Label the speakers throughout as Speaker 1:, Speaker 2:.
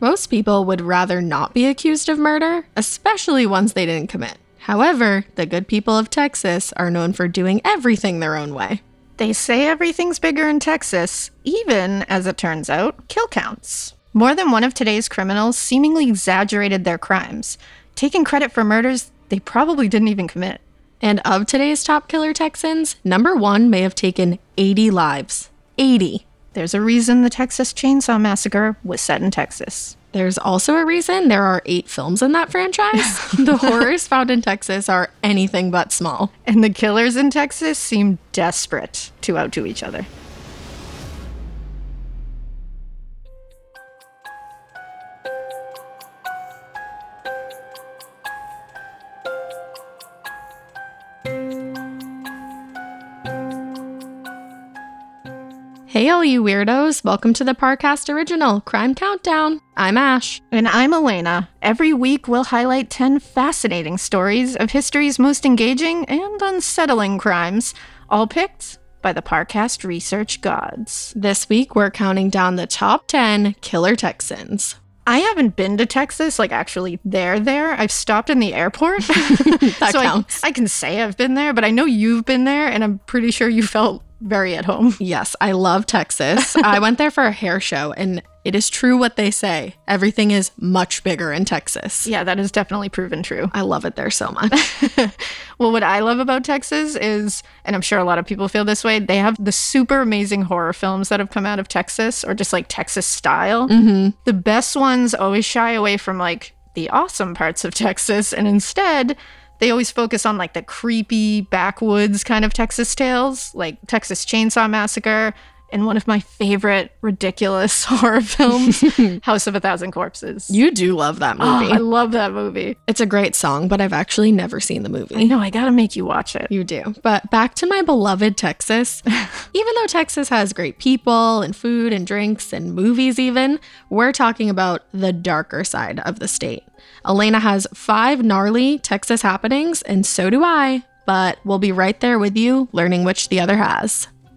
Speaker 1: Most people would rather not be accused of murder, especially ones they didn't commit. However, the good people of Texas are known for doing everything their own way.
Speaker 2: They say everything's bigger in Texas, even, as it turns out, kill counts. More than one of today's criminals seemingly exaggerated their crimes, taking credit for murders they probably didn't even commit.
Speaker 1: And of today's top killer Texans, number one may have taken 80 lives. 80.
Speaker 2: There's a reason the Texas Chainsaw Massacre was set in Texas.
Speaker 1: There's also a reason there are eight films in that franchise. the horrors found in Texas are anything but small.
Speaker 2: And the killers in Texas seem desperate to outdo each other.
Speaker 1: Hey, all you weirdos, welcome to the Parcast Original Crime Countdown. I'm Ash.
Speaker 2: And I'm Elena. Every week, we'll highlight 10 fascinating stories of history's most engaging and unsettling crimes, all picked by the Parcast Research Gods.
Speaker 1: This week, we're counting down the top 10 killer Texans.
Speaker 2: I haven't been to Texas, like actually there, there. I've stopped in the airport.
Speaker 1: That
Speaker 2: so I,
Speaker 1: counts.
Speaker 2: I can say I've been there, but I know you've been there, and I'm pretty sure you felt very at home.
Speaker 1: Yes, I love Texas. I went there for a hair show, and it is true what they say everything is much bigger in Texas.
Speaker 2: Yeah, that is definitely proven true.
Speaker 1: I love it there so much.
Speaker 2: well, what I love about Texas is, and I'm sure a lot of people feel this way, they have the super amazing horror films that have come out of Texas or just like Texas style. Mm-hmm. The best ones always shy away from like the awesome parts of Texas and instead, they always focus on like the creepy backwoods kind of Texas tales, like Texas Chainsaw Massacre and one of my favorite ridiculous horror films, House of a Thousand Corpses.
Speaker 1: you do love that
Speaker 2: Oh,
Speaker 1: movie.
Speaker 2: I love that movie.
Speaker 1: it's a great song, but I've actually never seen the movie.
Speaker 2: I know, I gotta make you watch it.
Speaker 1: You do. But back to my beloved Texas. even though Texas has great people and food and drinks and movies, even, we're talking about the darker side of the state. Elena has five gnarly Texas happenings, and so do I. But we'll be right there with you, learning which the other has.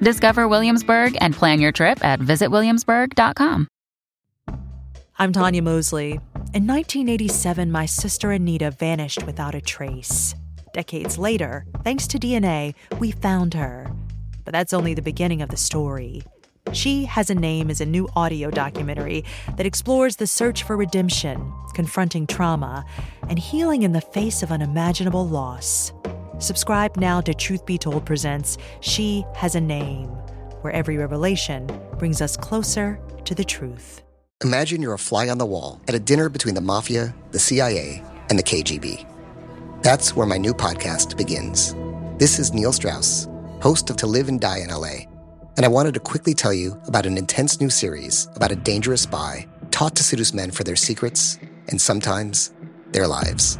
Speaker 3: Discover Williamsburg and plan your trip at visitwilliamsburg.com.
Speaker 4: I'm Tanya Mosley. In 1987, my sister Anita vanished without a trace. Decades later, thanks to DNA, we found her. But that's only the beginning of the story. She Has a Name is a new audio documentary that explores the search for redemption, confronting trauma, and healing in the face of unimaginable loss. Subscribe now to Truth Be Told Presents She Has a Name, where every revelation brings us closer to the truth.
Speaker 5: Imagine you're a fly on the wall at a dinner between the mafia, the CIA, and the KGB. That's where my new podcast begins. This is Neil Strauss, host of To Live and Die in LA, and I wanted to quickly tell you about an intense new series about a dangerous spy taught to seduce men for their secrets and sometimes their lives.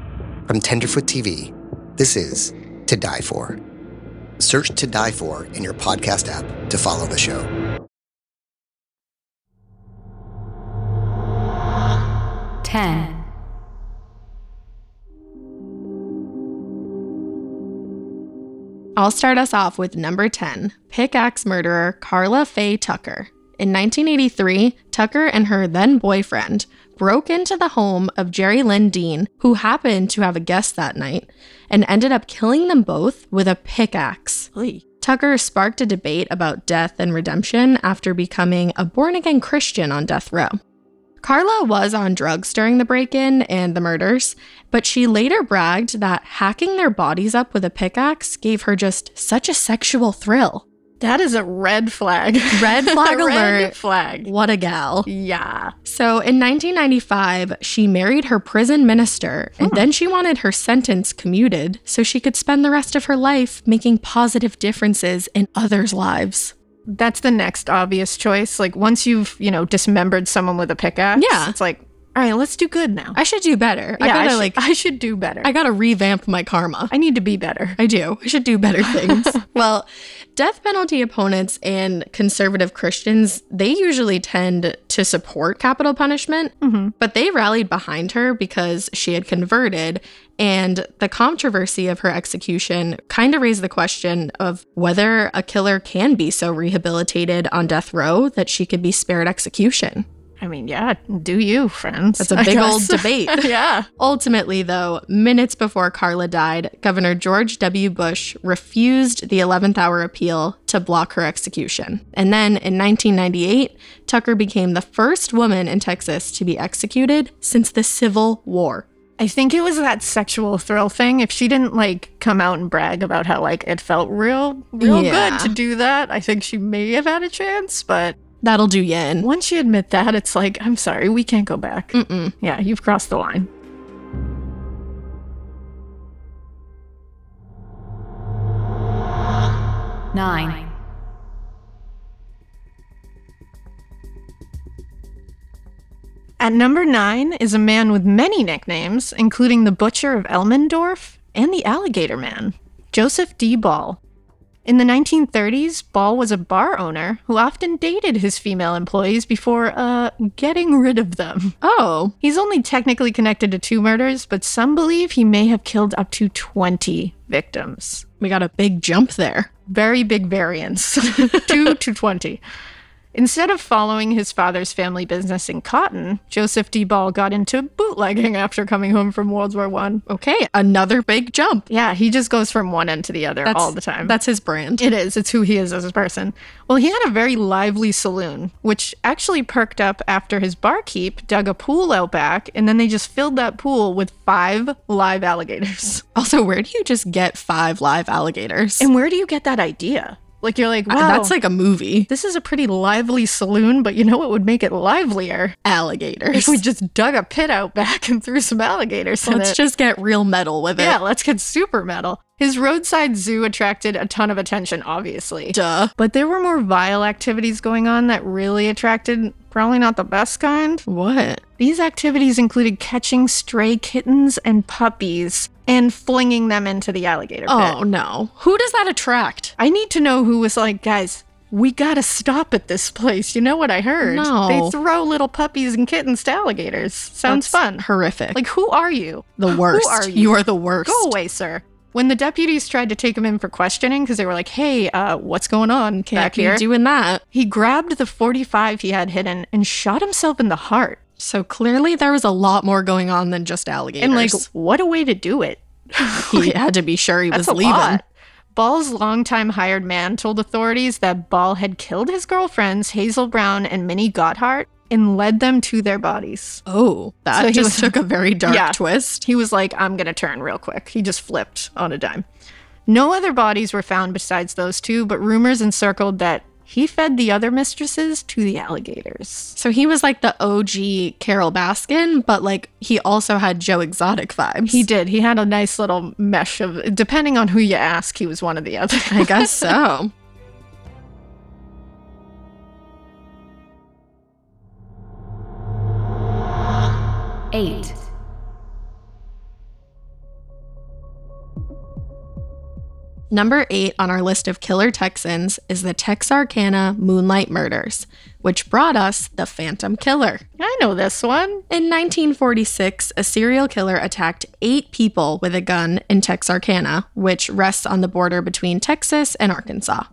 Speaker 5: From Tenderfoot TV, this is To Die For. Search To Die For in your podcast app to follow the show.
Speaker 1: I'll start us off with number 10 pickaxe murderer Carla Faye Tucker. In 1983, Tucker and her then boyfriend broke into the home of Jerry Lynn Dean, who happened to have a guest that night, and ended up killing them both with a pickaxe. Tucker sparked a debate about death and redemption after becoming a born again Christian on death row. Carla was on drugs during the break in and the murders, but she later bragged that hacking their bodies up with a pickaxe gave her just such a sexual thrill.
Speaker 2: That is a red flag.
Speaker 1: Red flag
Speaker 2: Red
Speaker 1: alert.
Speaker 2: flag.
Speaker 1: What a gal.
Speaker 2: Yeah.
Speaker 1: So in 1995, she married her prison minister, and
Speaker 2: Hmm.
Speaker 1: then she wanted her sentence commuted so she could spend the rest of her life making positive differences in others' lives.
Speaker 2: That's the next obvious choice. Like once you've, you know, dismembered someone with a pickaxe,
Speaker 1: Yeah.
Speaker 2: it's like All right, let's do good now.
Speaker 1: I should do better. I
Speaker 2: Yeah,
Speaker 1: gotta
Speaker 2: should-
Speaker 1: like
Speaker 2: I should do better.
Speaker 1: I gotta revamp my karma.
Speaker 2: I need to be better.
Speaker 1: I do. I should do better things. well, death penalty opponents and conservative Christians, they usually tend to support capital punishment, but they rallied behind her because she had converted. And the controversy of her execution kind of raised the question of whether a killer can be so rehabilitated on death row that she could be spared execution.
Speaker 2: I mean, yeah, do you, friends?
Speaker 1: That's a
Speaker 2: I
Speaker 1: big old
Speaker 2: guess.
Speaker 1: debate.
Speaker 2: yeah.
Speaker 1: Ultimately, though, minutes before Carla died, Governor George W. Bush refused the 11th hour appeal to block her execution. And then in 1998, Tucker became the first woman in Texas to be executed since the Civil War.
Speaker 2: I think it was that sexual thrill thing. If she didn't like come out and brag about how like it felt real, real
Speaker 1: Yeah.
Speaker 2: good to do that, I think she may have had a chance. But
Speaker 1: That'll do you in.
Speaker 2: once you admit that, it's like, I'm sorry, we can't go back.
Speaker 1: Mm-mm.
Speaker 2: Yeah, you've crossed the line.
Speaker 3: Nine.
Speaker 2: At number nine is a man with many nicknames, including the Butcher of Elmendorf and the Alligator Man, Joseph D. Ball. In the 1930s, Ball was a bar owner who often dated his female employees before, uh, getting rid of them.
Speaker 1: Oh,
Speaker 2: He's only technically connected to two murders, but some believe he may have killed up to 20 victims
Speaker 1: we got a big jump there.
Speaker 2: very big variance 2 to 20 instead of following his father's family business in cotton joseph d ball got into bootlegging after coming home from world war one
Speaker 1: Okay, another big jump.
Speaker 2: yeah he just goes from one end to the other all the time
Speaker 1: That's his brand.
Speaker 2: it is it's who he is as a person well he had a very lively saloon which actually perked up after his barkeep dug a pool out back and then they just filled that pool with five live alligators
Speaker 1: also, where do you just get five live alligators?
Speaker 2: and where do you get that idea like you're like
Speaker 1: Uh,
Speaker 2: wow
Speaker 1: That's like a movie.
Speaker 2: This is a pretty lively saloon, but you know what would make it livelier?
Speaker 1: Alligators.
Speaker 2: If we just dug a pit out back and threw some alligators in
Speaker 1: Let's
Speaker 2: it.
Speaker 1: just get real metal with it.
Speaker 2: yeah, let's get super metal. His roadside zoo attracted a ton of attention, obviously.
Speaker 1: Duh.
Speaker 2: But there were more vile activities going on that really attracted probably not the best kind.
Speaker 1: What?
Speaker 2: These activities included catching stray kittens and puppies and flinging them into the alligator pit.
Speaker 1: Oh no. Who does that attract?
Speaker 2: I need to know who was like, guys, we gotta stop at this place. You know what I heard?
Speaker 1: No.
Speaker 2: They throw little puppies and kittens to alligators. Sounds
Speaker 1: That's
Speaker 2: fun.
Speaker 1: Horrific.
Speaker 2: Like, who are you?
Speaker 1: the worst.
Speaker 2: Who are you?
Speaker 1: you are the worst.
Speaker 2: Go away, sir. When the deputies tried to take him in for questioning, because they were like, hey, uh, what's going on
Speaker 1: Can't
Speaker 2: back
Speaker 1: be
Speaker 2: here?
Speaker 1: doing that.
Speaker 2: he grabbed the 45 he had hidden and shot himself in the heart.
Speaker 1: So clearly there was a lot more going on than just alligators.
Speaker 2: And, like, what a way to do it.
Speaker 1: he had to be sure he was
Speaker 2: That's a
Speaker 1: leaving.
Speaker 2: lot. Ball's longtime hired man told authorities that Ball had killed his girlfriends, Hazel Brown and Minnie Gotthard, and led them to their bodies.
Speaker 1: Oh, that
Speaker 2: So he
Speaker 1: just
Speaker 2: was-
Speaker 1: took a very dark
Speaker 2: Yeah.
Speaker 1: twist.
Speaker 2: He was like, I'm going to turn real quick. He just flipped on a dime. No other bodies were found besides those two, but rumors encircled that he fed the other mistresses to the alligators.
Speaker 1: So he was like the OG Carol Baskin, but like he also had Joe Exotic vibes.
Speaker 2: He did. He had a nice little mesh of, depending on who you ask, he was one of the other.
Speaker 1: I guess so.
Speaker 3: Eight.
Speaker 1: Number eight on our list of killer Texans is the Texarkana Moonlight Murders, which brought us the Phantom Killer.
Speaker 2: I know this one.
Speaker 1: In 1946, a serial killer attacked eight people with a gun in Texarkana, which rests on the border between Texas and Arkansas.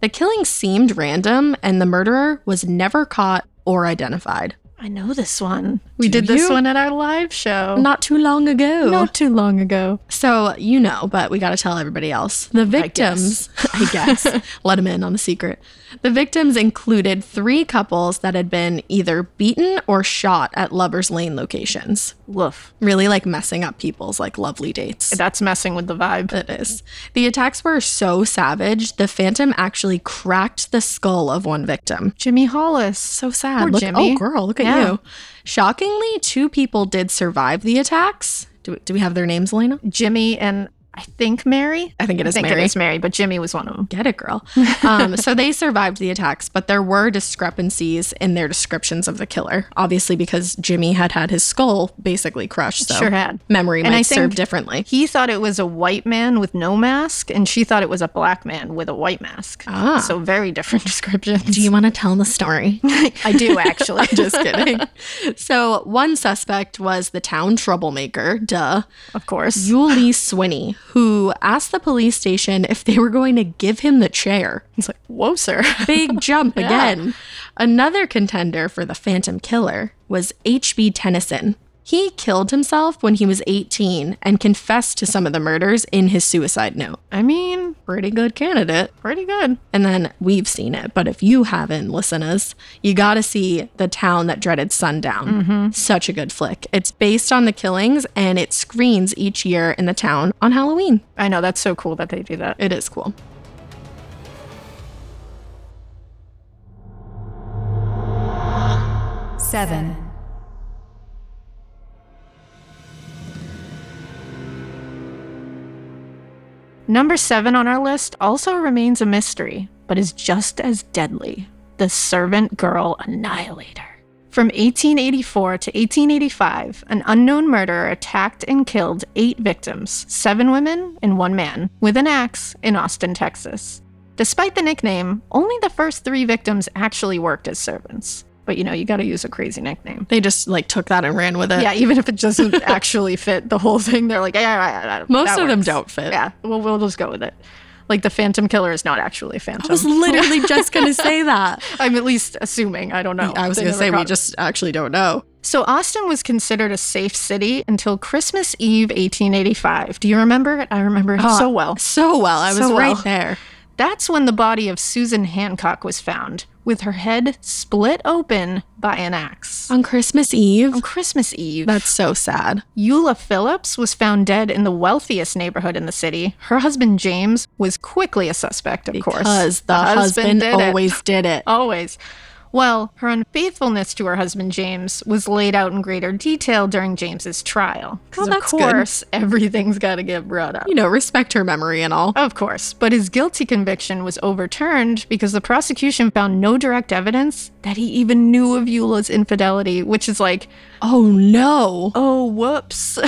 Speaker 1: The killing seemed random, and the murderer was never caught or identified.
Speaker 2: I know this one. We
Speaker 1: Do
Speaker 2: did this
Speaker 1: you?
Speaker 2: one at our live show.
Speaker 1: Not too long ago.
Speaker 2: Not too long ago.
Speaker 1: So, you know, but we got to tell everybody else. The victims, I guess, let them in on the secret. The victims included three couples that had been either beaten or shot at Lover's Lane locations,
Speaker 2: Woof.
Speaker 1: really like messing up people's like lovely dates.
Speaker 2: That's messing with the vibe.
Speaker 1: It is. The attacks were so savage, the Phantom actually cracked the skull of one victim.
Speaker 2: Jimmy Hollis.
Speaker 1: So sad.
Speaker 2: Poor
Speaker 1: look,
Speaker 2: Jimmy.
Speaker 1: Oh, girl, look at
Speaker 2: Yeah.
Speaker 1: you. Shockingly, two people did survive the attacks. Do, do we have their names, Elena?
Speaker 2: Jimmy and I think Mary.
Speaker 1: I think it
Speaker 2: I
Speaker 1: is
Speaker 2: think
Speaker 1: Mary.
Speaker 2: it is Mary, but Jimmy was one of them.
Speaker 1: Get it, girl. Um, so they survived the attacks, but there were discrepancies in their descriptions of the killer. Obviously, because Jimmy had had his skull basically crushed, so
Speaker 2: Sure had.
Speaker 1: memory
Speaker 2: And
Speaker 1: might
Speaker 2: I
Speaker 1: serve
Speaker 2: think-
Speaker 1: differently.
Speaker 2: He thought it was a white man with no mask, and she thought it was a black man with a white mask.
Speaker 1: Ah.
Speaker 2: So very different descriptions.
Speaker 1: Do you want to tell the story?
Speaker 2: I do actually.
Speaker 1: Just kidding. So one suspect was the town troublemaker, duh,
Speaker 2: of course.
Speaker 1: Yuli Swinney, who asked the police station if they were going to give him the chair.
Speaker 2: It's like, whoa, sir.
Speaker 1: Big jump again. Another contender for the Phantom Killer was H.B. Tennyson. He killed himself when he was 18 and confessed to some of the murders in his suicide note.
Speaker 2: I mean,
Speaker 1: Pretty good candidate.
Speaker 2: pretty good.
Speaker 1: And then we've seen it, but if you haven't, listeners, you got to see The Town That Dreaded Sundown.
Speaker 2: Mm-hmm.
Speaker 1: Such a good flick. It's based on the killings and it screens each year in the town on Halloween.
Speaker 2: I know that's so cool that they do that.
Speaker 1: It is cool.
Speaker 6: seven,
Speaker 2: Number seven on our list also remains a mystery, but is just as deadly The Servant Girl Annihilator. From 1884 to 1885, an unknown murderer attacked and killed eight victims, seven women and one man, with an axe in Austin, Texas. Despite the nickname, only the first three victims actually worked as servants. But you know, you gotta use a crazy nickname.
Speaker 1: They just like took that and ran with it.
Speaker 2: yeah, even if it doesn't actually fit the whole thing, they're like, yeah, yeah, yeah, yeah,
Speaker 1: Most
Speaker 2: that
Speaker 1: of them
Speaker 2: works."
Speaker 1: don't fit.
Speaker 2: Yeah, well, we'll just go with it. Like the Phantom Killer is not actually a
Speaker 1: I
Speaker 2: Phantom.
Speaker 1: was literally just going to say that.
Speaker 2: I'm at least assuming. I don't know.
Speaker 1: I was
Speaker 2: They
Speaker 1: going to
Speaker 2: never
Speaker 1: say we
Speaker 2: caught it.
Speaker 1: just actually don't know.
Speaker 2: So Austin was considered a safe city until Christmas Eve, 1885. Do you remember it? I remember it
Speaker 1: Uh,
Speaker 2: so well.
Speaker 1: So well. I was
Speaker 2: So
Speaker 1: right
Speaker 2: well.
Speaker 1: there.
Speaker 2: That's when the body of Susan Hancock was found, with her head split open by an axe.
Speaker 1: On Christmas Eve.
Speaker 2: On Christmas Eve.
Speaker 1: That's so sad.
Speaker 2: Eula Phillips was found dead in the wealthiest neighborhood in the city. Her husband James was quickly a suspect, of course.
Speaker 1: Because the, husband,
Speaker 2: did it. Oh.
Speaker 1: always did it.
Speaker 2: Always. Well, her unfaithfulness to her husband James was laid out in greater detail during James's trial. Because
Speaker 1: Well,
Speaker 2: of
Speaker 1: that's good.
Speaker 2: course, everything's got to get brought up.
Speaker 1: You know, respect her memory and all.
Speaker 2: Of course, but his guilty conviction was overturned because the prosecution found no direct evidence that he even knew of Eula's infidelity, which is like,
Speaker 1: Oh no.
Speaker 2: oh, whoops.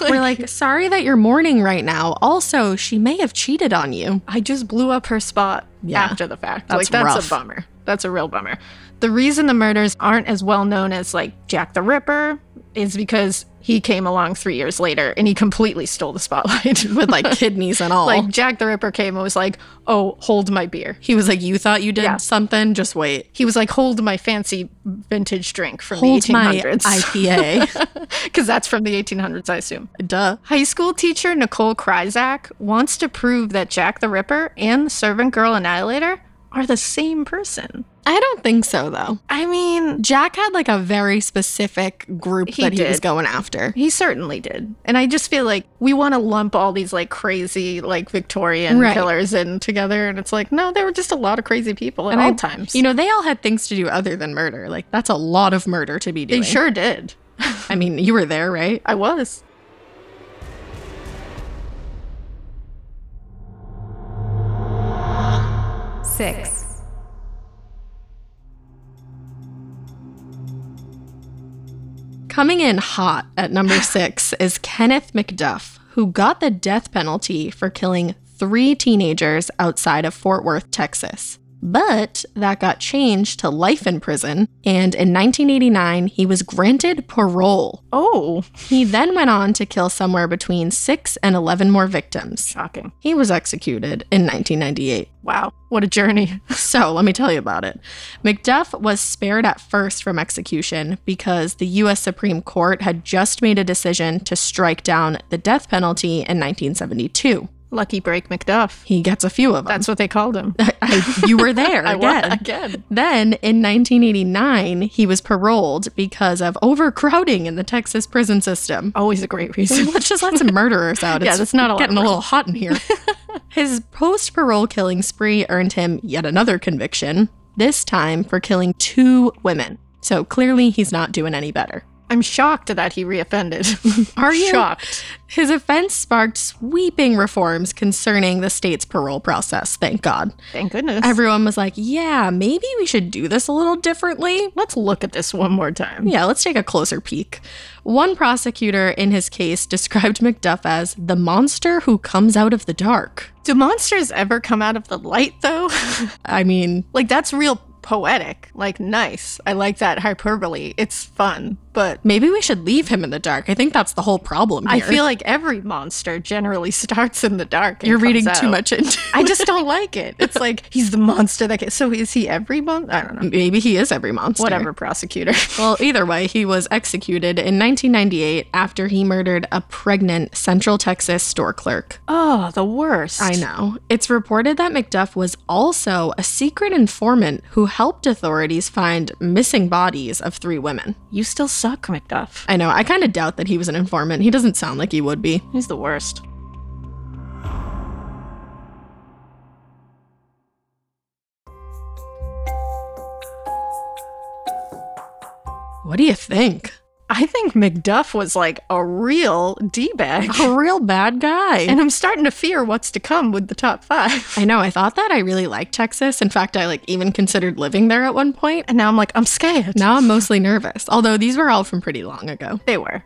Speaker 1: We're like, sorry that you're mourning right now. Also, she may have cheated on you.
Speaker 2: I just blew up her spot
Speaker 1: Yeah.
Speaker 2: after the fact.
Speaker 1: That's
Speaker 2: like that's
Speaker 1: rough.
Speaker 2: a bummer. That's a real bummer. The reason the murders aren't as well known as like Jack the Ripper is because he came along three years later and he completely stole the spotlight with
Speaker 1: Like kidneys and all.
Speaker 2: like Jack the Ripper came and was like, "Oh, hold my beer."
Speaker 1: he was like, You thought you did
Speaker 2: Yeah.
Speaker 1: something? Just wait.
Speaker 2: He was like, "Hold my fancy vintage drink from
Speaker 1: Hold
Speaker 2: the
Speaker 1: my
Speaker 2: 1800s,"
Speaker 1: IPA.
Speaker 2: because that's from the 1800s, I assume.
Speaker 1: Duh.
Speaker 2: High school teacher Nicole Kryzak wants to prove that Jack the Ripper and the Servant Girl Annihilator are the same person.
Speaker 1: I don't think so though.
Speaker 2: I mean,
Speaker 1: Jack had like a very specific group
Speaker 2: He
Speaker 1: that he was
Speaker 2: did.
Speaker 1: going after.
Speaker 2: he certainly did. And I just feel like we want to lump all these like crazy, like Victorian
Speaker 1: Right.
Speaker 2: killers in together. And it's like, no, there were just a lot of crazy people at all
Speaker 1: I-
Speaker 2: times.
Speaker 1: You know, they all had things to do other than murder. Like that's a lot of murder to be
Speaker 2: they
Speaker 1: doing.
Speaker 2: sure did.
Speaker 1: I mean, you were there, right?
Speaker 2: I was.
Speaker 6: six,
Speaker 1: Coming in hot at number six is Kenneth McDuff, who got the death penalty for killing three teenagers outside of Fort Worth, Texas. But that got changed to life in prison, and in 1989, he was granted parole.
Speaker 2: Oh,
Speaker 1: He then went on to kill somewhere between six and 11 more victims.
Speaker 2: shocking.
Speaker 1: He was executed in 1998.
Speaker 2: Wow. What a journey.
Speaker 1: So let me tell you about it. McDuff was spared at first from execution because the US Supreme Court had just made a decision to strike down the death penalty in 1972.
Speaker 2: Lucky break McDuff.
Speaker 1: He gets a few of them.
Speaker 2: That's what they called him.
Speaker 1: I, you were there
Speaker 2: I wa-
Speaker 1: again.
Speaker 2: again.
Speaker 1: Then in 1989, he was paroled because of overcrowding in the Texas prison system.
Speaker 2: Always a great reason.
Speaker 1: Let's just let some murderers out.
Speaker 2: Yeah, that's not a lot
Speaker 1: getting
Speaker 2: of
Speaker 1: a little hot in here. His post parole killing spree earned him yet another conviction, this time for killing two women. So clearly he's not doing any better.
Speaker 2: I'm shocked that he reoffended.
Speaker 1: Are you?
Speaker 2: Shocked.
Speaker 1: His offense sparked sweeping reforms concerning the state's parole process, thank God.
Speaker 2: Thank goodness.
Speaker 1: Everyone was like, yeah, maybe we should do this a little differently.
Speaker 2: Let's look at this one more time.
Speaker 1: Yeah, let's take a closer peek. One prosecutor in his case described McDuff as the monster who comes out of the dark.
Speaker 2: Do monsters ever come out of the light, though?
Speaker 1: I mean,
Speaker 2: like, that's real poetic. Like, nice. I like that hyperbole. It's fun. But
Speaker 1: maybe we should leave him in the dark. I think that's the whole problem
Speaker 2: I
Speaker 1: here.
Speaker 2: feel like every monster generally starts in the dark. and
Speaker 1: you're
Speaker 2: comes
Speaker 1: reading too
Speaker 2: out.
Speaker 1: much into
Speaker 2: I just don't like it. It's like he's the monster that. Gets, so is he every month? I don't know.
Speaker 1: Maybe he is every monster.
Speaker 2: Whatever, prosecutor.
Speaker 1: Well, either way, he was executed in 1998 after he murdered a pregnant Central Texas store clerk.
Speaker 2: Oh, the worst.
Speaker 1: I know. It's reported that McDuff was also a secret informant who helped authorities find missing bodies of three women.
Speaker 2: You still suck, McDuff.
Speaker 1: I know. I kind of doubt that he was an informant. He doesn't sound like he would be.
Speaker 2: He's the worst.
Speaker 1: What do you think?
Speaker 2: I think McDuff was like a real D bag.
Speaker 1: A real bad guy.
Speaker 2: And I'm starting to fear what's to come with the top five.
Speaker 1: I know. I thought that I really liked Texas. In fact, I like even considered living there at one point.
Speaker 2: And now I'm like, I'm scared.
Speaker 1: Now I'm mostly nervous, although these were all from pretty long ago.
Speaker 2: They were.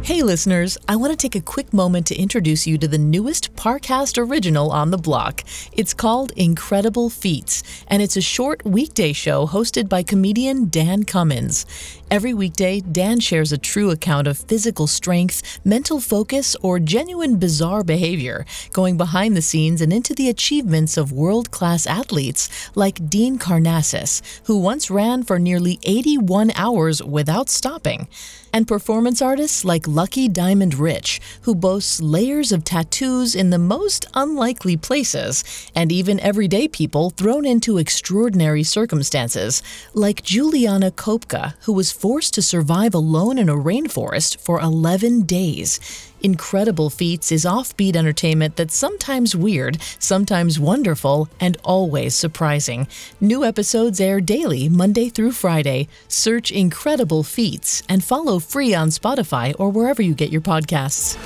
Speaker 7: Hey, listeners, I want to take a quick moment to introduce you to the newest Parcast original on the block. It's called Incredible Feats, and it's a short weekday show hosted by comedian Dan Cummins. Every weekday, Dan shares a true account of physical strength, mental focus, or genuine bizarre behavior, going behind the scenes and into the achievements of world class athletes like Dean Carnassus, who once ran for nearly 81 hours without stopping, and performance artists like Lucky Diamond Rich, who boasts layers of tattoos in the most unlikely places, and even everyday people thrown into extraordinary circumstances, like Juliana Kopka, who was forced to survive alone in a rainforest for 11 days. Incredible Feats is offbeat entertainment that's sometimes weird, sometimes wonderful, and always surprising. New episodes air daily, Monday through Friday. Search Incredible Feats and follow free on Spotify or wherever you get your podcasts.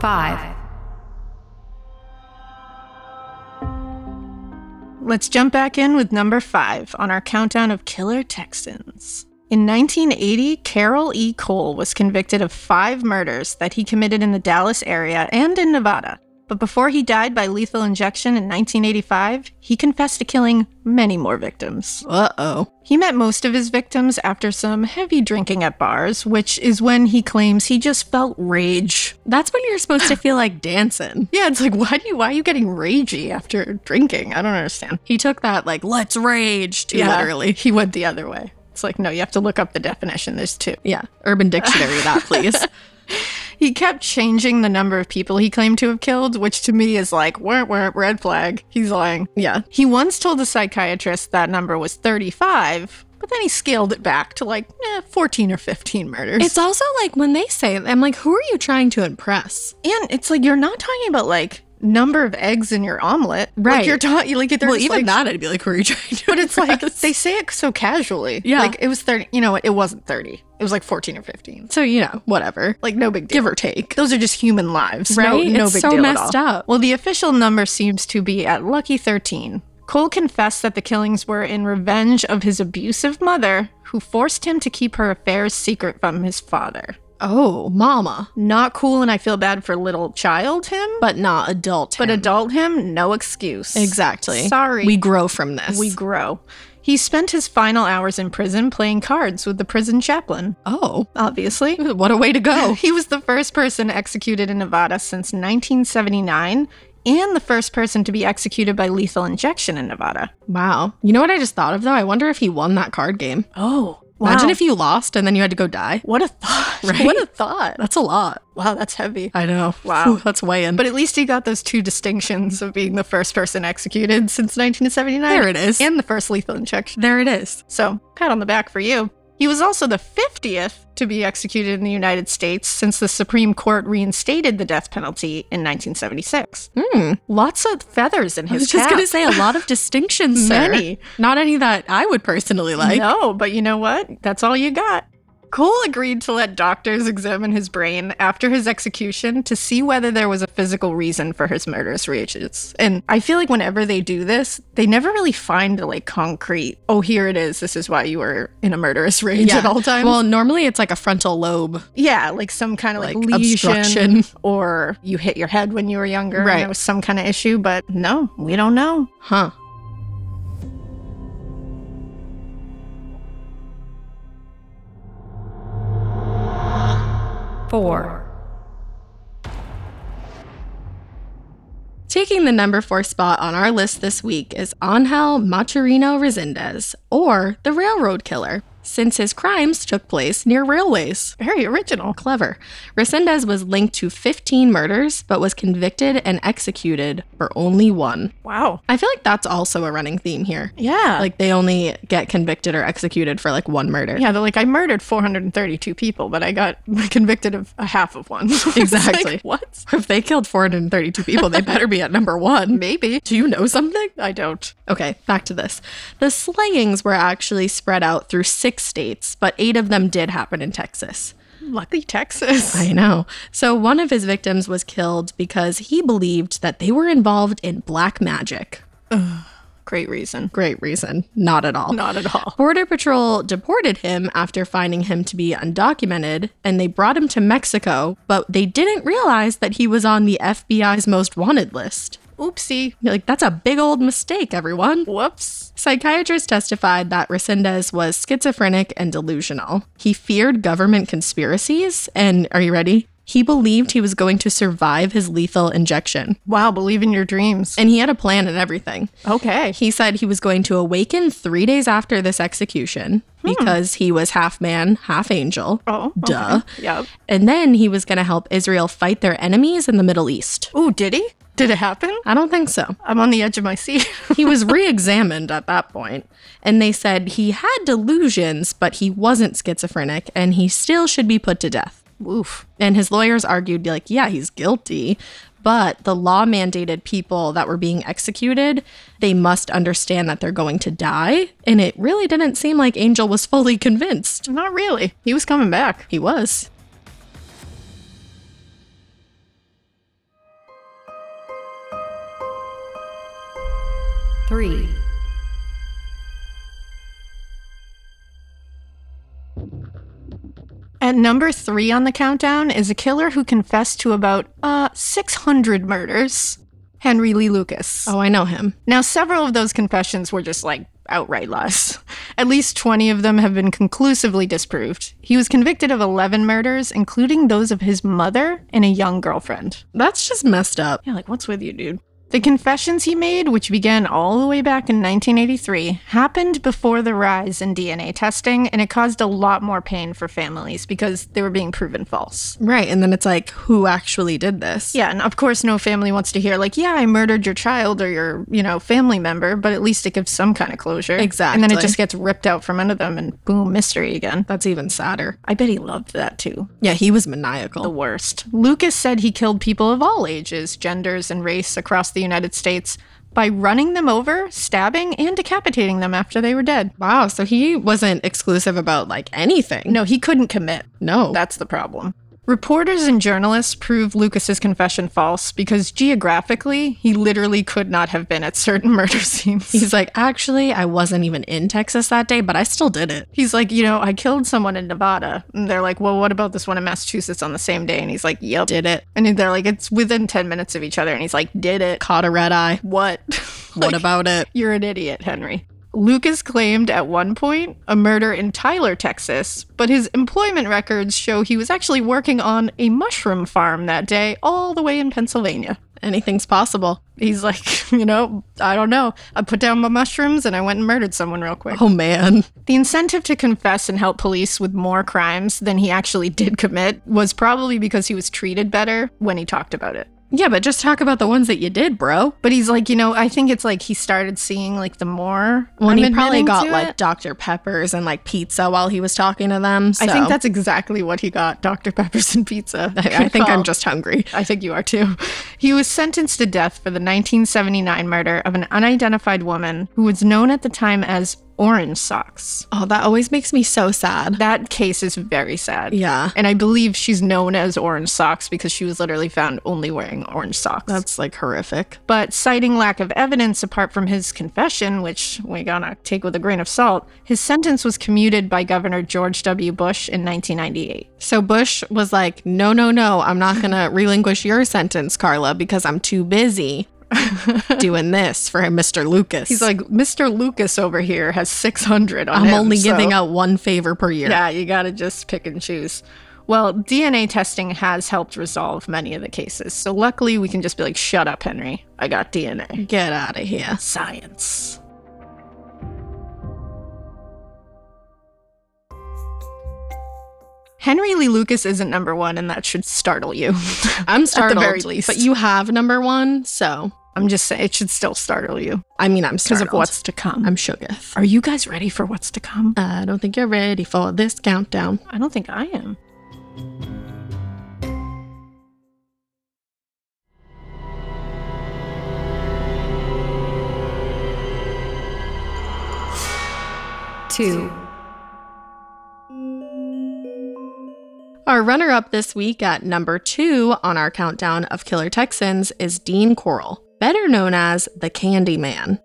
Speaker 6: five,
Speaker 2: Let's jump back in with number five on our countdown of killer Texans. In 1980, Carol E. Cole was convicted of five murders that he committed in the Dallas area and in Nevada. But before he died by lethal injection in 1985, he confessed to killing many more victims.
Speaker 1: Uh oh.
Speaker 2: He met most of his victims after some heavy drinking at bars, which is when he claims he just felt rage.
Speaker 1: That's when you're supposed to feel like dancing.
Speaker 2: Yeah, it's like why do you why are you getting ragey after drinking? I don't understand.
Speaker 1: He took that, like, let's rage too literally.
Speaker 2: He went the other way. It's like, no, you have to look up the definition. There's two.
Speaker 1: Yeah. Urban Dictionary, that, please.
Speaker 2: He kept changing the number of people he claimed to have killed, which to me is like, weren't, weren't, red flag. He's lying.
Speaker 1: Yeah.
Speaker 2: He once told a psychiatrist that number was 35, but then he scaled it back to like eh, 14 or 15 murders.
Speaker 1: It's also like when they say, I'm like, who are you trying to impress?
Speaker 2: and it's like, you're not talking about like number of eggs in your omelet.
Speaker 1: Right.
Speaker 2: Like you're talking, like, they're
Speaker 1: well,
Speaker 2: just,
Speaker 1: even
Speaker 2: like-
Speaker 1: that, I'd be like, who are you trying to
Speaker 2: But it's like,
Speaker 1: impress?
Speaker 2: they say it so casually.
Speaker 1: Yeah.
Speaker 2: Like it was 30, you know what? It wasn't 30. It was like 14 or 15.
Speaker 1: so, you know, whatever.
Speaker 2: Like no big deal.
Speaker 1: Give or take.
Speaker 2: Those are just human lives, no-
Speaker 1: Right?
Speaker 2: No,
Speaker 1: It's
Speaker 2: big
Speaker 1: so
Speaker 2: deal
Speaker 1: messed
Speaker 2: at all.
Speaker 1: up.
Speaker 2: Well, the official number seems to be at lucky thirteen. Cole confessed that the killings were in revenge of his abusive mother, who forced him to keep her affairs secret from his father.
Speaker 1: Oh, mama.
Speaker 2: Not cool, and I feel bad for little child him, but,
Speaker 1: But not adult.
Speaker 2: but
Speaker 1: him.
Speaker 2: adult him, no excuse.
Speaker 1: Exactly.
Speaker 2: Sorry.
Speaker 1: We grow from this.
Speaker 2: we grow. He spent his final hours in prison playing cards with the prison chaplain.
Speaker 1: oh,
Speaker 2: Obviously.
Speaker 1: what a way to go.
Speaker 2: He was the first person executed in Nevada since 1979 and the first person to be executed by lethal injection in Nevada.
Speaker 1: wow. You know what I just thought of though? I wonder if he won that card game.
Speaker 2: Oh,
Speaker 1: Imagine if you lost and then you had to go die.
Speaker 2: What a thought.
Speaker 1: Right?
Speaker 2: What a thought.
Speaker 1: That's a lot.
Speaker 2: Wow, that's heavy.
Speaker 1: I know.
Speaker 2: Wow.
Speaker 1: Phew, that's way in.
Speaker 2: But at least he got those two distinctions of being the first person executed since 1979.
Speaker 1: There it is.
Speaker 2: And the first lethal injection.
Speaker 1: there it is.
Speaker 2: So, pat on the back for you. He was also the 50th to be executed in the United States since the Supreme Court reinstated the death penalty in 1976.
Speaker 1: Hmm.
Speaker 2: Lots of feathers in his
Speaker 1: I was just
Speaker 2: cap.
Speaker 1: going to say a lot of distinctions, sir.
Speaker 2: Many.
Speaker 1: Not any that I would personally like.
Speaker 2: no, but you know what? That's all you got. Cole agreed to let doctors examine his brain after his execution to see whether there was a physical reason for his murderous rages. And I feel like whenever they do this, they never really find a like concrete, oh, here it is. This is why you were in a murderous rage at all times.
Speaker 1: Well, normally it's like a frontal lobe.
Speaker 2: yeah, like some kind of like,
Speaker 1: Like,
Speaker 2: lesion
Speaker 1: obstruction.
Speaker 2: or you hit your head when you were younger
Speaker 1: Right.
Speaker 2: and there was some kind of issue, but no, we don't know.
Speaker 1: Huh.
Speaker 6: four,
Speaker 1: Taking the number four spot on our list this week is Angel Maturino Resendez, or the Railroad Killer, since his crimes took place near railways.
Speaker 2: Very original.
Speaker 1: Clever. Resendez was linked to 15 murders, but was convicted and executed for only one.
Speaker 2: Wow.
Speaker 1: I feel like that's also a running theme here.
Speaker 2: Yeah.
Speaker 1: Like they only get convicted or executed for like one murder.
Speaker 2: Yeah, they're like, I murdered 432 people, but I got convicted of a half of one. It's like,
Speaker 1: Exactly.
Speaker 2: what?
Speaker 1: If they killed 432 people, they better be at number one.
Speaker 2: Maybe.
Speaker 1: Do you know something?
Speaker 2: I don't.
Speaker 1: Okay, back to this. The slayings were actually spread out through six states, but eight of them did happen in Texas.
Speaker 2: Lucky Texas.
Speaker 1: I know. So one of his victims was killed because he believed that they were involved in black magic.
Speaker 2: Great reason.
Speaker 1: Great reason. Not at all.
Speaker 2: Not at all.
Speaker 1: Border Patrol deported him after finding him to be undocumented, and they brought him to Mexico, but they didn't realize that he was on the FBI's most wanted list.
Speaker 2: Oopsie.
Speaker 1: You're like, that's a big old mistake, everyone.
Speaker 2: Whoops.
Speaker 1: Psychiatrists testified that Resendez was schizophrenic and delusional. He feared government conspiracies, and are you ready? He believed he was going to survive his lethal injection,
Speaker 2: Wow, believe in your dreams.
Speaker 1: and he had a plan and everything.
Speaker 2: Okay.
Speaker 1: He said he was going to awaken three days after this execution because he was half man, half angel.
Speaker 2: Hmm. Oh, okay.
Speaker 1: duh.
Speaker 2: Yep.
Speaker 1: And then he was going to help Israel fight their enemies in the Middle East.
Speaker 2: Ooh, did he? Did it happen?
Speaker 1: I don't think so.
Speaker 2: I'm on the edge of my seat.
Speaker 1: he was re-examined at that point and they said he had delusions but he wasn't schizophrenic and he still should be put to death
Speaker 2: Oof.
Speaker 1: and his lawyers argued like yeah he's guilty but the law mandated people that were being executed they must understand that they're going to die and it really didn't seem like angel was fully convinced
Speaker 2: Not really. He was coming back.
Speaker 1: he was
Speaker 6: three,
Speaker 2: At number three on the countdown is a killer who confessed to about uh 600 murders. Henry Lee Lucas.
Speaker 1: oh i know him
Speaker 2: Now, several of those confessions were just like outright lies. At least 20 of them have been conclusively disproved. He was convicted of 11 murders, including those of his mother and a young girlfriend.
Speaker 1: that's just messed up
Speaker 2: Yeah, like, what's with you, dude? The confessions he made, which began all the way back in 1983, happened before the rise in DNA testing, and it caused a lot more pain for families because they were being proven false.
Speaker 1: right and then it's like who actually did this
Speaker 2: Yeah, and of course, no family wants to hear, like, yeah, I murdered your child or your, you know, family member, but at least it gives some kind of closure. And then
Speaker 1: Exactly.
Speaker 2: it just gets ripped out from under them and boom, mystery again.
Speaker 1: that's even sadder
Speaker 2: I bet he loved that too.
Speaker 1: yeah he was maniacal
Speaker 2: The worst. Lucas said he killed people of all ages, genders, and race across the United States by running them over, stabbing, and decapitating them after they were dead.
Speaker 1: Wow, so he wasn't exclusive about like anything.
Speaker 2: No, he couldn't commit.
Speaker 1: no.
Speaker 2: That's the problem. Reporters and journalists proved Lucas's confession false because geographically, he literally could not have been at certain murder scenes.
Speaker 1: He's like, actually, I wasn't even in Texas that day, but I still did it.
Speaker 2: He's like, you know, I killed someone in Nevada. And they're like, well, what about this one in Massachusetts on the same day? And he's like, yep.
Speaker 1: Did it.
Speaker 2: And they're like, it's within 10 minutes of each other. And he's like, did it.
Speaker 1: Caught a red eye.
Speaker 2: What?
Speaker 1: What
Speaker 2: Like,
Speaker 1: about it?
Speaker 2: You're an idiot, Henry. Lucas claimed at one point a murder in Tyler, Texas, but his employment records show he was actually working on a mushroom farm that day all the way in Pennsylvania.
Speaker 1: Anything's possible.
Speaker 2: He's like, you know, I don't know. I put down my mushrooms and I went and murdered someone real quick.
Speaker 1: Oh man.
Speaker 2: The incentive to confess and help police with more crimes than he actually did commit was probably because he was treated better when he talked about it.
Speaker 1: Yeah, but just talk about the ones that you did, bro.
Speaker 2: But he's like, you know, I think it's like he started seeing like the more.
Speaker 1: When
Speaker 2: I'm
Speaker 1: he probably
Speaker 2: admitting
Speaker 1: got
Speaker 2: to
Speaker 1: like
Speaker 2: it.
Speaker 1: Dr. Peppers and like pizza while he was talking to them. so-
Speaker 2: I think that's exactly what he got Dr. Peppers and pizza.
Speaker 1: I think I'm
Speaker 2: Well,
Speaker 1: just hungry.
Speaker 2: I think you are too. He was sentenced to death for the 1979 murder of an unidentified woman who was known at the time as Orange Socks.
Speaker 1: Oh, that always makes me so sad.
Speaker 2: That case is very sad.
Speaker 1: Yeah.
Speaker 2: And I believe she's known as Orange Socks because she was literally found only wearing orange socks.
Speaker 1: That's like horrific.
Speaker 2: but citing lack of evidence apart from his confession, which we gotta take with a grain of salt, his sentence was commuted by Governor George W. Bush in 1998.
Speaker 1: So Bush was like, no, no, no, I'm not going to relinquish your sentence, Carla, because I'm too busy doing this for Mr. Lucas.
Speaker 2: He's like, Mr. Lucas over here has 600 on
Speaker 1: I'm
Speaker 2: him,
Speaker 1: only giving
Speaker 2: so-
Speaker 1: out one favor per year.
Speaker 2: Yeah, you gotta just pick and choose. Well, DNA testing has helped resolve many of the cases. So luckily, we can just be like, shut up, Henry. I got DNA.
Speaker 1: Get out of here.
Speaker 2: Science. Henry Lee Lucas isn't number one, and that should startle you.
Speaker 1: I'm startled.
Speaker 2: very least.
Speaker 1: But you have number one, so
Speaker 2: I'm just saying, it should still startle you
Speaker 1: I mean, I'm
Speaker 2: because
Speaker 1: startled.
Speaker 2: of what's to come.
Speaker 1: I'm shooketh.
Speaker 2: Are you guys ready for what's to come?
Speaker 1: I don't think you're ready for this countdown.
Speaker 2: I don't think I am.
Speaker 6: two,
Speaker 1: Our runner up this week at number two on our countdown of killer Texans is Dean Coral, better known as the Candy Man.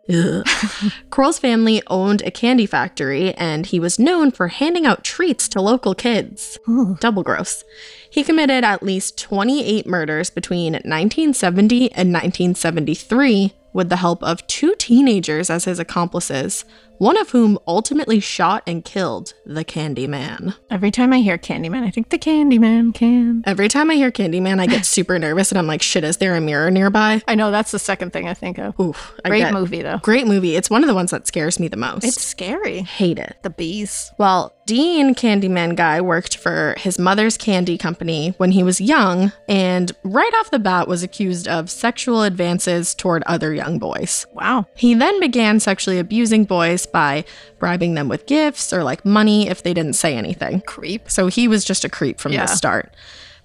Speaker 1: Coral's family owned a candy factory and he was known for handing out treats to local kids. Double gross. He committed at least 28 murders between 1970 and 1973 with the help of two teenagers as his accomplices, one of whom ultimately shot and killed the Candy Man.
Speaker 2: Every time I hear Candyman, I think the Candyman can.
Speaker 1: Every time I hear Candyman, I get super nervous and I'm like, shit, is there a mirror nearby?
Speaker 2: I know that's the second thing I think of.
Speaker 1: Oof. I
Speaker 2: Great
Speaker 1: get-
Speaker 2: movie though.
Speaker 1: Great movie. It's one of the ones that scares me the most.
Speaker 2: It's scary.
Speaker 1: hate it.
Speaker 2: The bees.
Speaker 1: Well, Dean Candyman Guy worked for his mother's candy company when he was young and right off the bat was accused of sexual advances toward other young boys.
Speaker 2: Wow.
Speaker 1: He then began sexually abusing boys by bribing them with gifts or like money if they didn't say anything.
Speaker 2: Creep.
Speaker 1: So he was just a creep from
Speaker 2: Yeah.
Speaker 1: the start.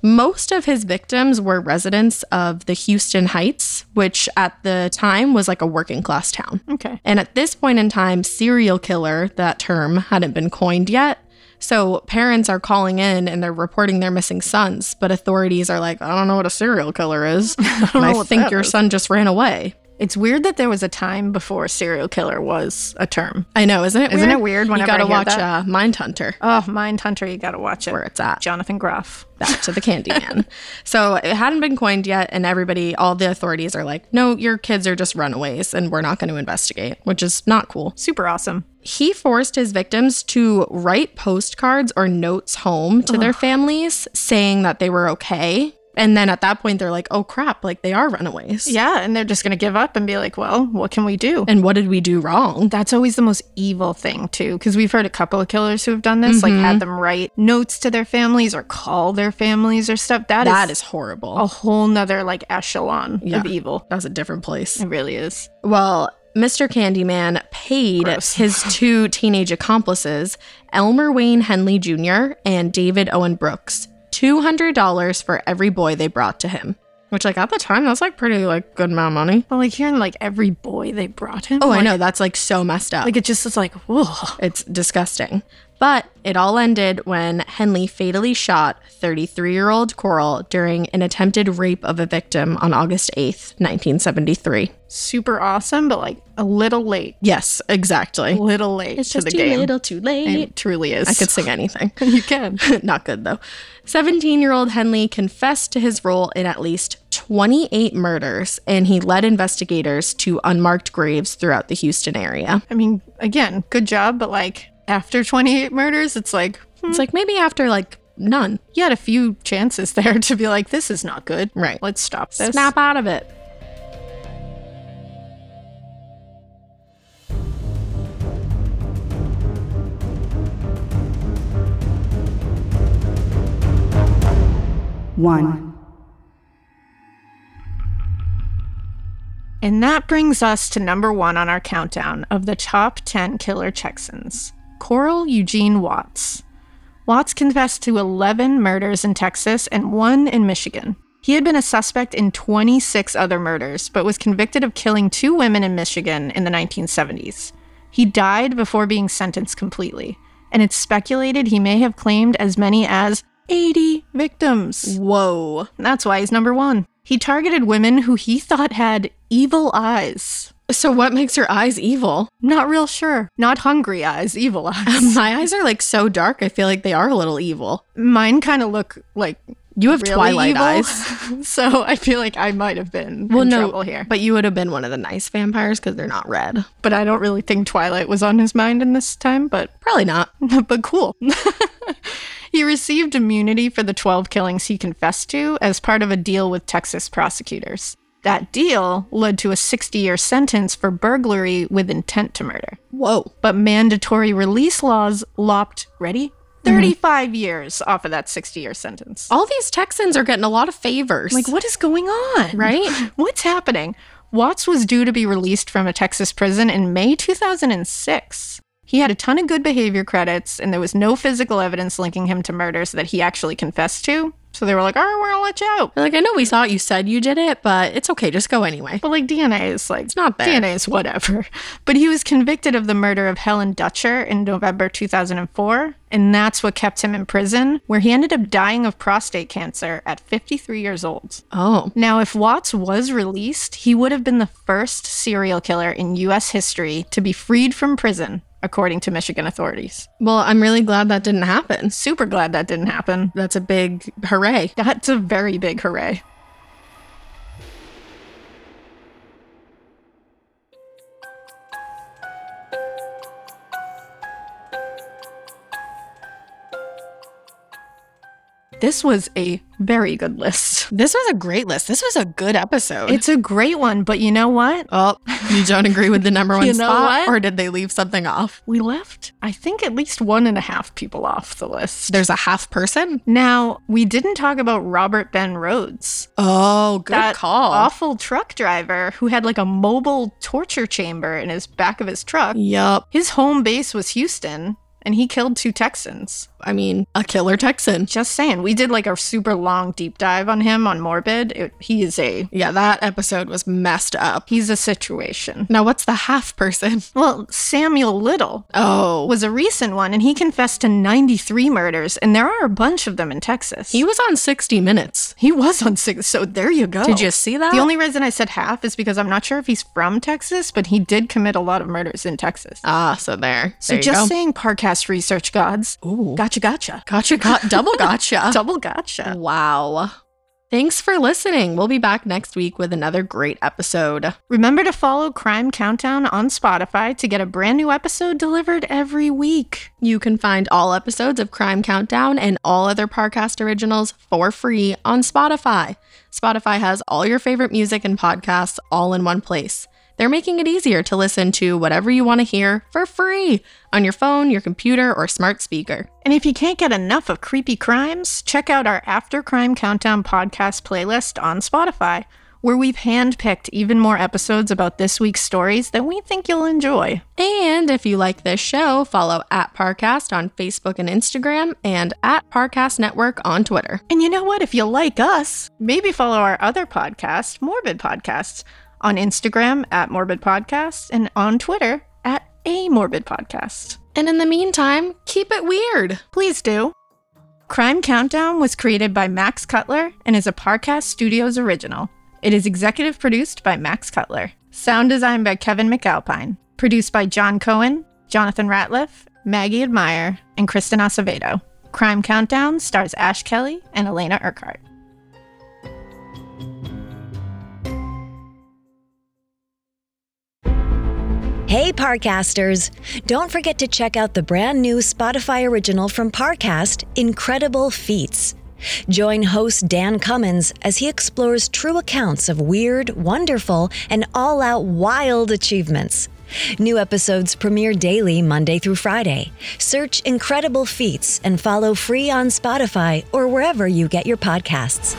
Speaker 1: Most of his victims were residents of the Houston Heights, which at the time was like a working class town.
Speaker 2: Okay.
Speaker 1: And at this point in time, serial killer, that term hadn't been coined yet. So parents are calling in and they're reporting their missing sons, but authorities are like, I don't know what a serial killer is. I,
Speaker 2: don't know
Speaker 1: I
Speaker 2: what
Speaker 1: think
Speaker 2: that
Speaker 1: your
Speaker 2: is."
Speaker 1: son just ran away.
Speaker 2: It's weird that there was a time before serial killer was a term.
Speaker 1: I know, isn't it?
Speaker 2: Isn't
Speaker 1: weird?
Speaker 2: it weird
Speaker 1: You
Speaker 2: whenever I
Speaker 1: gotta
Speaker 2: hear
Speaker 1: watch
Speaker 2: that?
Speaker 1: Uh, Mindhunter.
Speaker 2: Oh, Mindhunter, you gotta watch it.
Speaker 1: Where it's at.
Speaker 2: Jonathan Groff.
Speaker 1: back to the Candyman. so it hadn't been coined yet, and everybody, all the authorities are like, no, your kids are just runaways, and we're not going to investigate, which is not cool.
Speaker 2: Super awesome.
Speaker 1: He forced his victims to write postcards or notes home to their families saying that they were okay. And then at that point, they're like, oh crap, like they are runaways.
Speaker 2: Yeah, and they're just gonna give up and be like, well, what can we do?
Speaker 1: And what did we do wrong?
Speaker 2: That's always the most evil thing, too, because we've heard a couple of killers who have done this, like
Speaker 1: Mm-hmm.
Speaker 2: had them write notes to their families or call their families or stuff.
Speaker 1: that is, horrible.
Speaker 2: a whole nother like echelon
Speaker 1: Yeah.
Speaker 2: of evil.
Speaker 1: That was a different place.
Speaker 2: It really is.
Speaker 1: Well, Mr. Candyman paid
Speaker 2: Gross.
Speaker 1: his two teenage accomplices, Elmer Wayne Henley Jr. and David Owen Brooks, $200 for every boy they brought to him. Which, like, at the time, that's like pretty, like, good amount of money.
Speaker 2: But like hearing like every boy they brought him.
Speaker 1: Oh, I
Speaker 2: like-
Speaker 1: know. That's like so messed up.
Speaker 2: Like it just is like, whoa.
Speaker 1: It's disgusting. But it all ended when Henley fatally shot 33 year old Coral during an attempted rape of a victim on August 8th, 1973.
Speaker 2: Super awesome, but like a little late.
Speaker 1: Yes, exactly.
Speaker 2: A little late to the game.
Speaker 1: Oh, too late.
Speaker 2: It truly is.
Speaker 1: I could sing anything.
Speaker 2: you can.
Speaker 1: Not good though. 17 year old Henley confessed to his role in at least 28 murders, and he led investigators to unmarked graves throughout the Houston area.
Speaker 2: I mean, again, good job, but like after 28 murders, it's like hmm,
Speaker 1: It's like maybe after like none.
Speaker 2: you had a few chances there to be like, this is not good.
Speaker 1: Right.
Speaker 2: Let's stop this.
Speaker 1: Snap out of it.
Speaker 6: one.
Speaker 2: And that brings us to number one on our countdown of the top 10 killer Texans Coral Eugene Watts. Watts confessed to 11 murders in Texas and one in Michigan. He had been a suspect in 26 other murders, but was convicted of killing two women in Michigan in the 1970s. He died before being sentenced completely, and it's speculated he may have claimed as many as 80 victims.
Speaker 1: Whoa.
Speaker 2: That's why he's number one. He targeted women who he thought had evil eyes.
Speaker 1: So, what makes her eyes evil?
Speaker 2: Not real sure. Not hungry eyes, evil eyes.
Speaker 1: My eyes are like so dark, I feel like they are a little evil.
Speaker 2: Mine kind of look like
Speaker 1: You have
Speaker 2: really
Speaker 1: twilight
Speaker 2: evil,
Speaker 1: eyes.
Speaker 2: so I feel like I might have been in trouble here.
Speaker 1: but you would have been one of the nice vampires because they're not red.
Speaker 2: But I don't really think Twilight was on his mind in this time, but
Speaker 1: Probably not.
Speaker 2: but cool. he received immunity for the 12 killings he confessed to as part of a deal with Texas prosecutors. That deal led to a 60 year sentence for burglary with intent to murder.
Speaker 1: Whoa.
Speaker 2: But mandatory release laws lopped, ready? 35 years off of that 60 year sentence.
Speaker 1: All these Texans are getting a lot of favors.
Speaker 2: Like, what is going on?
Speaker 1: Right?
Speaker 2: What's happening? Watts was due to be released from a Texas prison in May 2006. He had a ton of good behavior credits, and there was no physical evidence linking him to murders that he actually confessed to. So they were like, all right, we're going to let you out.
Speaker 1: They're like, I know we saw it, you said you did it, but it's okay, just go anyway.
Speaker 2: But like DNA is like, it's
Speaker 1: not there.
Speaker 2: DNA is whatever. But he was convicted of the murder of Helen Dutcher in November 2004, and that's what kept him in prison, where he ended up dying of prostate cancer at 53 years old.
Speaker 1: Oh.
Speaker 2: Now, if Watts was released, he would have been the first serial killer in U.S. history to be freed from prison, according to Michigan authorities.
Speaker 1: Well, I'm really glad that didn't happen.
Speaker 2: Super glad that didn't happen.
Speaker 1: That's a big hooray.
Speaker 2: That's a very big hooray. This was a very good list.
Speaker 1: This was a great list. This was a good episode.
Speaker 2: It's a great one, but you know what?
Speaker 1: oh, you don't agree with the number one
Speaker 2: You know
Speaker 1: spot,
Speaker 2: what?
Speaker 1: or did they leave something off?
Speaker 2: We left, I think, at least one and a half people off the list.
Speaker 1: There's a half person.
Speaker 2: Now, we didn't talk about Robert Ben Rhodes,
Speaker 1: Oh, good
Speaker 2: that
Speaker 1: call.
Speaker 2: awful truck driver who had like a mobile torture chamber in his back of his truck.
Speaker 1: Yup.
Speaker 2: His home base was Houston, and he killed two Texans.
Speaker 1: I mean, a killer Texan.
Speaker 2: Just saying, we did like a super long deep dive on him on Morbid. It, he is a
Speaker 1: Yeah, that episode was messed up.
Speaker 2: he's a situation.
Speaker 1: Now, what's the half person?
Speaker 2: Well, Samuel Little
Speaker 1: Oh,
Speaker 2: was a recent one, and he confessed to 93 murders, and there are a bunch of them in Texas.
Speaker 1: he was on 60 Minutes.
Speaker 2: He was on six, so there you go.
Speaker 1: Did you see that?
Speaker 2: The only reason I said half is because I'm not sure if he's from Texas, but he did commit a lot of murders in Texas.
Speaker 1: Ah, so there.
Speaker 2: so
Speaker 1: there you
Speaker 2: just
Speaker 1: go.
Speaker 2: saying, Parcast research gods.
Speaker 1: Ooh.
Speaker 2: Gotcha, gotcha.
Speaker 1: Gotcha, got double gotcha.
Speaker 2: Double gotcha.
Speaker 1: Wow. Thanks for listening. We'll be back next week with another great episode.
Speaker 2: Remember to follow Crime Countdown on Spotify to get a brand new episode delivered every week.
Speaker 1: You can find all episodes of Crime Countdown and all other Parcast originals for free on Spotify. Spotify has all your favorite music and podcasts all in one place. They're making it easier to listen to whatever you want to hear for free on your phone, your computer, or smart speaker.
Speaker 2: And if you can't get enough of creepy crimes, check out our After Crime Countdown podcast playlist on Spotify, where we've handpicked even more episodes about this week's stories that we think you'll enjoy.
Speaker 1: And if you like this show, follow at Parcast on Facebook and Instagram and at Parcast Network on Twitter.
Speaker 2: And you know what? If you like us, maybe follow our other podcast, Morbid Podcasts, on Instagram at Morbid Podcasts and on Twitter at A Morbid Podcast.
Speaker 1: And in the meantime, keep it weird.
Speaker 2: Please do. Crime Countdown was created by Max Cutler and is a Parcast Studios original. It is executive produced by Max Cutler. Sound design by Kevin McAlpine. Produced by John Cohen, Jonathan Ratliff, Maggie Admire, and Kristen Acevedo. Crime Countdown stars Ash Kelly and Elena Urquhart.
Speaker 8: Hey, Parcasters! Don't forget to check out the brand new Spotify original from Parcast, Incredible Feats. Join host Dan Cummins as he explores true accounts of weird, wonderful, and all out wild achievements. New episodes premiere daily Monday through Friday. Search Incredible Feats and follow free on Spotify or wherever you get your podcasts.